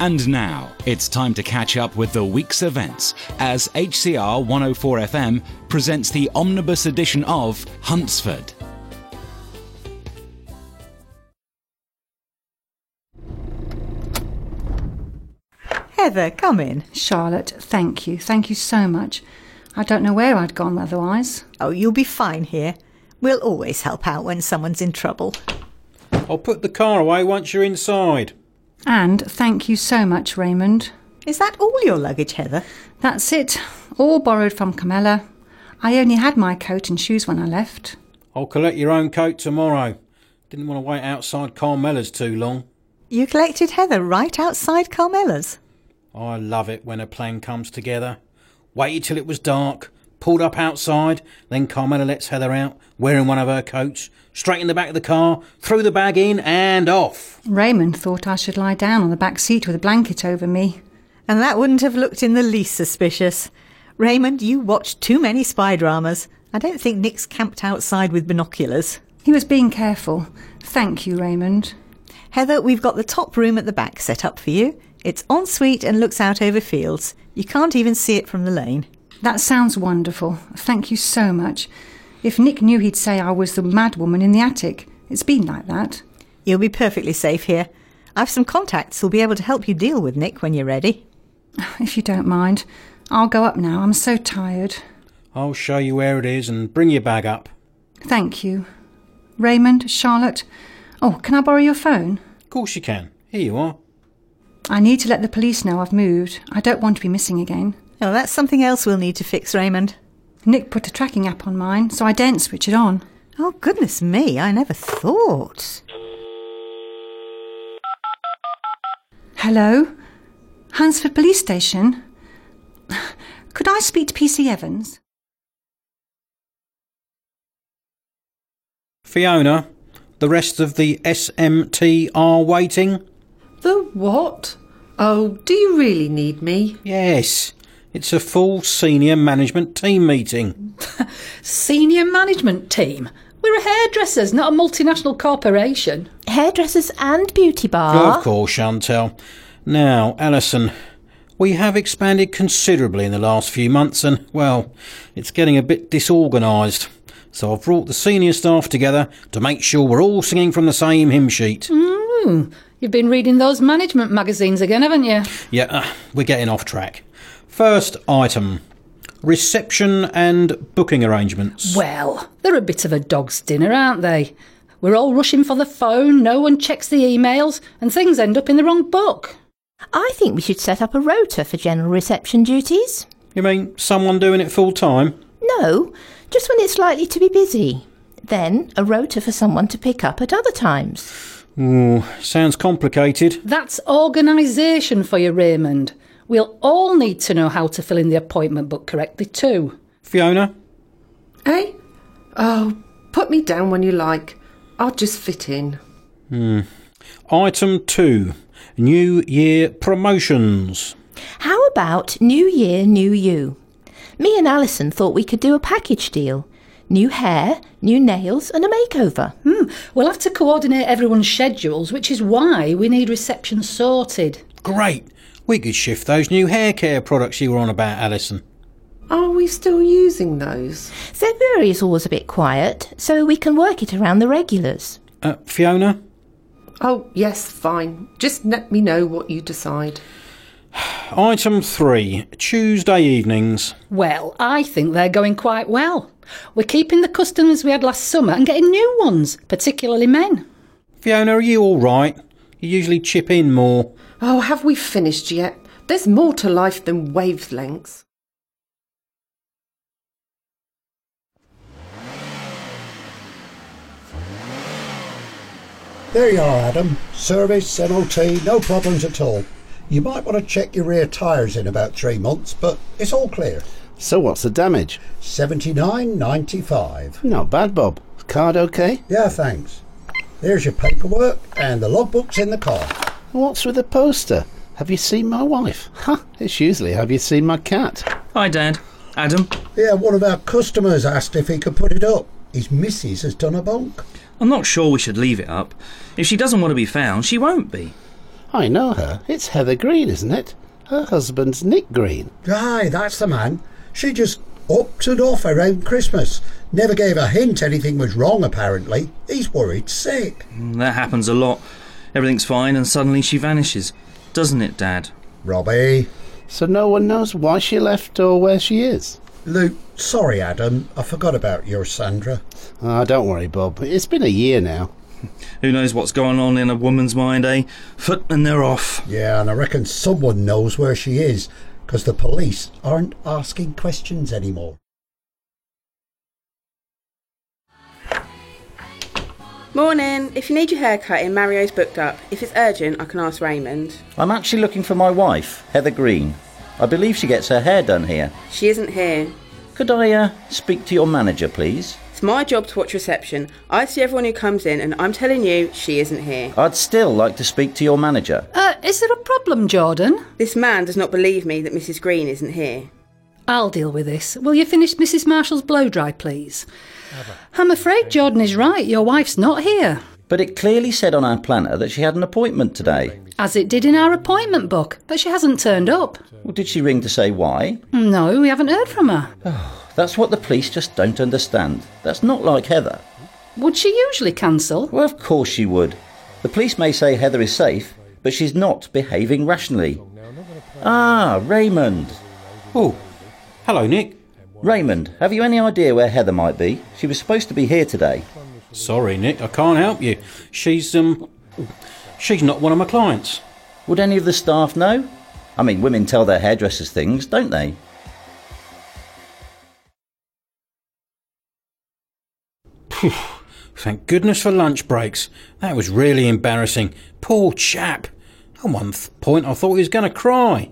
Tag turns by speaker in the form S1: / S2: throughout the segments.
S1: And now it's time to catch up with the week's events as HCR 104 FM presents the omnibus edition of Huntsford.
S2: Heather, come in.
S3: Charlotte, thank you. Thank you so much. I don't know where I'd gone otherwise.
S2: Oh, you'll be fine here. We'll always help out when someone's in trouble.
S4: I'll put the car away once you're inside.
S3: And thank you so much, Raymond.
S2: Is that all your luggage, Heather?
S3: That's it. All borrowed from Camilla. I only had my coat and shoes when I left.
S4: I'll collect your own coat tomorrow. Didn't want to wait outside Carmella's too long.
S2: You collected Heather right outside Carmela's.
S4: I love it when a plan comes together. Waited till it was dark, pulled up outside, then Carmela lets Heather out, wearing one of her coats, straight in the back of the car, threw the bag in and off.
S3: Raymond thought I should lie down on the back seat with a blanket over me.
S2: And that wouldn't have looked in the least suspicious. Raymond, you watch too many spy dramas. I don't think Nick's camped outside with binoculars.
S3: He was being careful. Thank you, Raymond.
S2: Heather, we've got the top room at the back set up for you. It's ensuite and looks out over fields. You can't even see it from the lane.
S3: That sounds wonderful. Thank you so much. If Nick knew, he'd say I was the madwoman in the attic. It's been like that.
S2: You'll be perfectly safe here. I've some contacts who'll be able to help you deal with Nick when you're ready.
S3: If you don't mind, I'll go up now. I'm so tired.
S4: I'll show you where it is and bring your bag up.
S3: Thank you. Raymond, Charlotte. Oh, can I borrow your phone?
S4: Of course you can. Here you are.
S3: I need to let the police know I've moved. I don't want to be missing again.
S2: Oh, that's something else we'll need to fix, Raymond.
S3: Nick put a tracking app on mine, so I daren't switch it on.
S2: Oh, goodness me, I never thought.
S3: Hello? Hansford Police Station? Could I speak to PC Evans?
S4: Fiona, the rest of the SMT are waiting?
S5: The what? Oh, do you really need me?
S4: Yes. It's a full senior management team meeting.
S5: Senior management team. We're a hairdressers, not a multinational corporation.
S6: Hairdressers and beauty
S5: Ah.
S6: bar.
S4: Of course, Chantel. Now, Alison, we have expanded considerably in the last few months and, well, it's getting a bit disorganised. So I've brought the senior staff together to make sure we're all singing from the same hymn sheet.
S5: Hmm. You've been reading those management magazines again, haven't you?
S4: Yeah, uh, we're getting off track. First item reception and booking arrangements.
S5: Well, they're a bit of a dog's dinner, aren't they? We're all rushing for the phone, no one checks the emails, and things end up in the wrong book.
S6: I think we should set up a rota for general reception duties.
S4: You mean someone doing it full time?
S6: No, just when it's likely to be busy. Then a rota for someone to pick up at other times.
S4: Ooh, sounds complicated.
S5: That's organisation for you, Raymond. We'll all need to know how to fill in the appointment book correctly, too.
S4: Fiona?
S7: Eh? Oh, put me down when you like. I'll just fit in.
S4: Hmm. Item two New Year promotions.
S6: How about New Year, New You? Me and Alison thought we could do a package deal new hair, new nails, and a makeover.
S5: Hmm, We'll have to coordinate everyone's schedules, which is why we need reception sorted.
S4: Great. We could shift those new hair care products you were on about, Alison.
S7: Are we still using those?
S6: February is always a bit quiet, so we can work it around the regulars.
S4: Uh, Fiona?
S7: Oh, yes, fine. Just let me know what you decide.
S4: Item three Tuesday evenings.
S5: Well, I think they're going quite well. We're keeping the customers we had last summer and getting new ones, particularly men.
S4: Fiona, are you all right? You usually chip in more.
S7: Oh, have we finished yet? There's more to life than wavelengths.
S8: There you are, Adam. Service, MOT, no problems at all. You might want to check your rear tyres in about three months, but it's all clear.
S9: So what's the damage?
S8: 79.95.
S9: Not bad, Bob. Card okay?
S8: Yeah, thanks. There's your paperwork and the logbook's in the car.
S9: What's with the poster? Have you seen my wife? Huh, it's usually have you seen my cat?
S10: Hi, Dad. Adam,
S8: Yeah, one of our customers asked if he could put it up. His missus has done a bonk.
S10: I'm not sure we should leave it up. If she doesn't want to be found, she won't be.
S9: I know her. It's Heather Green, isn't it? Her husband's Nick Green.
S8: Aye, that's the man. She just upped and off around Christmas. Never gave a hint anything was wrong, apparently. He's worried sick.
S10: Mm, That happens a lot. Everything's fine, and suddenly she vanishes. Doesn't it, Dad?
S8: Robbie.
S9: So no one knows why she left or where she is.
S8: Luke, sorry, Adam. I forgot about your Sandra.
S9: Ah, don't worry, Bob. It's been a year now.
S10: Who knows what's going on in a woman's mind, eh? Foot and they're off.
S8: Yeah, and I reckon someone knows where she is, 'cause the police aren't asking questions anymore.
S11: Morning. If you need your hair cutting, Mario's booked up. If it's urgent, I can ask Raymond.
S12: I'm actually looking for my wife, Heather Green. I believe she gets her hair done here.
S11: She isn't here.
S12: Could I uh, speak to your manager, please?
S11: It's my job to watch reception. I see everyone who comes in, and I'm telling you, she isn't here.
S12: I'd still like to speak to your manager.
S11: Uh, is there a problem, Jordan? This man does not believe me that Mrs. Green isn't here.
S5: I'll deal with this. Will you finish Mrs. Marshall's blow dry, please? I'm afraid Jordan is right. Your wife's not here,
S12: But it clearly said on our planner that she had an appointment today.
S5: as it did in our appointment book, but she hasn't turned up.
S12: Well, did she ring to say why?
S5: No, we haven't heard from her.
S12: That's what the police just don't understand. That's not like Heather.
S5: Would she usually cancel?
S12: Well, of course she would. The police may say Heather is safe, but she's not behaving rationally. Ah, Raymond.
S4: Oh, hello, Nick.
S12: Raymond, have you any idea where Heather might be? She was supposed to be here today.
S4: Sorry, Nick, I can't help you. She's, um, she's not one of my clients.
S12: Would any of the staff know? I mean, women tell their hairdressers things, don't they?
S4: Thank goodness for lunch breaks. That was really embarrassing. Poor chap. At one th- point, I thought he was going to cry.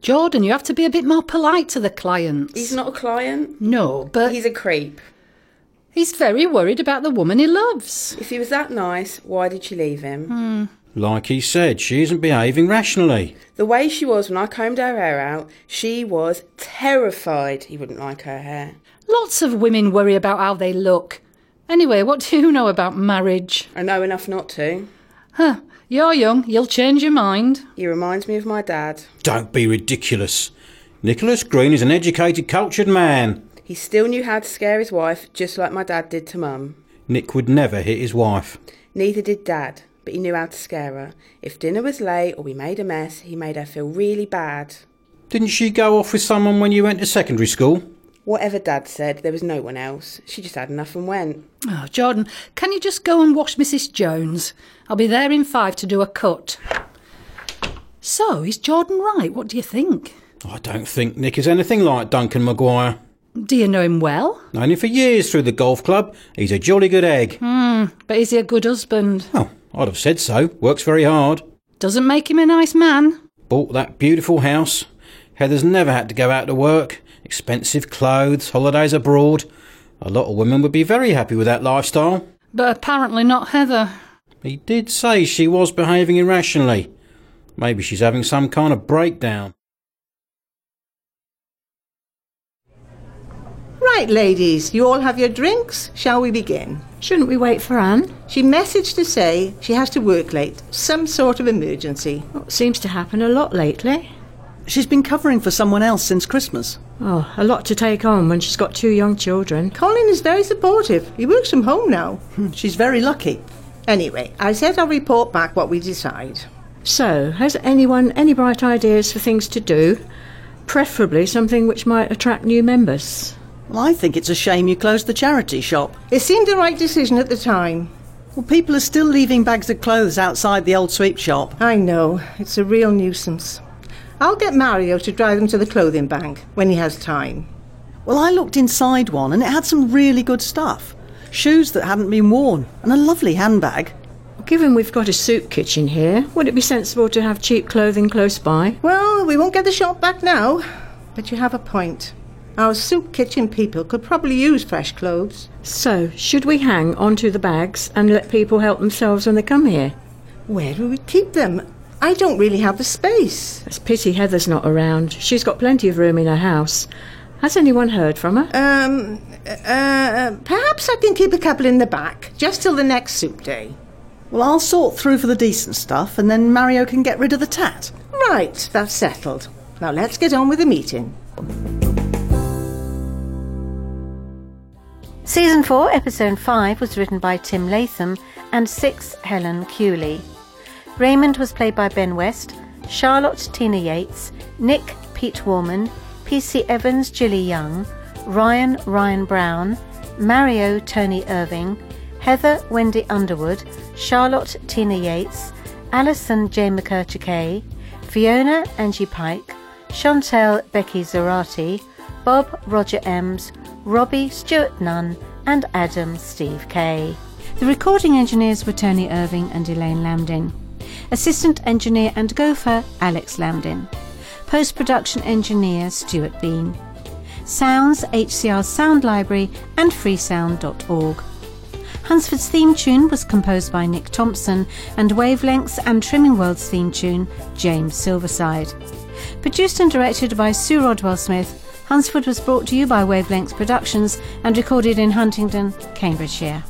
S5: Jordan, you have to be a bit more polite to the clients.
S11: He's not a client.
S5: No, but
S11: He's a creep.
S5: he's very worried about the woman he loves. Hmm.
S11: If he was that nice, why did she leave him?
S4: Like he said, she isn't behaving rationally.
S11: The way she was when I combed her hair out, she was terrified he wouldn't like her hair.
S5: Lots of women worry about how they look. Anyway, what do you know about marriage?
S11: I know enough not to.
S5: Huh, you're young, you'll change your mind.
S11: He reminds me of my dad.
S4: Don't be ridiculous. Nicholas Green is an educated, cultured man.
S11: He still knew how to scare his wife, just like my dad did to mum.
S4: Nick would never hit his wife.
S11: Neither did dad, but he knew how to scare her. If dinner was late or we made a mess, he made her feel really bad.
S4: Didn't she go off with someone when you went to secondary school?
S11: Whatever dad said, there was no one else. She just had enough and went.
S5: Oh, Jordan, can you just go and wash Mrs. Jones? I'll be there in five to do a cut. So, is Jordan right? What do you think?
S4: I don't think Nick is anything like Duncan Maguire.
S5: Do you know him well?
S4: Known him for years through the golf club. He's a jolly good egg.
S5: Hmm, But is he a good husband?
S4: Oh, I'd have said so. Works very hard.
S5: Doesn't make him a nice man.
S4: Bought that beautiful house. Heather's never had to go out to work. Expensive clothes, holidays abroad. A lot of women would be very happy with that lifestyle.
S5: But apparently not Heather.
S4: He did say she was behaving irrationally. Maybe she's having some kind of breakdown.
S13: Right, ladies, you all have your drinks. Shall we begin?
S14: Shouldn't we wait for Anne?
S13: She messaged to say she has to work late, some sort of emergency.
S14: What seems to happen a lot lately.
S15: She's been covering for someone else since Christmas.
S14: Oh, a lot to take on when she's got two young children.
S13: Colin is very supportive. He works from home now.
S15: Hmm, She's very lucky.
S13: Anyway, I said I'll report back what we decide.
S14: So, has anyone any bright ideas for things to do? Preferably something which might attract new members.
S15: Well, I think it's a shame you closed the charity shop.
S13: It seemed the right decision at the time.
S15: Well, people are still leaving bags of clothes outside the old sweep shop.
S13: I know, it's a real nuisance. I'll get Mario to drive them to the clothing bank when he has time.
S15: Well, I looked inside one and it had some really good stuff shoes that hadn't been worn, and a lovely handbag.
S14: Given we've got a soup kitchen here, would it be sensible to have cheap clothing close by?
S13: Well, we won't get the shop back now, but you have a point. Our soup kitchen people could probably use fresh clothes.
S14: So, should we hang onto the bags and let people help themselves when they come here?
S13: Where do we keep them? I don't really have the space.
S14: It's a pity Heather's not around. She's got plenty of room in her house. Has anyone heard from her? uh,
S13: Um, uh, perhaps I can keep a couple in the back, just till the next soup day.
S15: Well, I'll sort through for the decent stuff and then Mario can get rid of the tat.
S13: Right, that's settled. Now let's get on with the meeting.
S16: Season 4, Episode 5 was written by Tim Latham and 6 Helen Cooley. Raymond was played by Ben West, Charlotte Tina Yates, Nick Pete Warman, PC Evans Jilly Young, Ryan Ryan Brown, Mario Tony Irving, Heather Wendy Underwood, Charlotte Tina Yates, Alison J. McCurchicay, Fiona Angie Pike, Chantel Becky Zarati, Bob Roger Ems, Robbie Stuart Nunn, and Adam Steve Kay. The recording engineers were Tony Irving and Elaine Lambdin. Assistant engineer and gopher Alex Lambdin. Post production engineer Stuart Bean. Sounds HCR Sound Library and freesound.org. Hunsford's theme tune was composed by Nick Thompson and Wavelengths and Trimming World's theme tune James Silverside. Produced and directed by Sue Rodwell Smith, Hunsford was brought to you by Wavelengths Productions and recorded in Huntingdon, Cambridgeshire.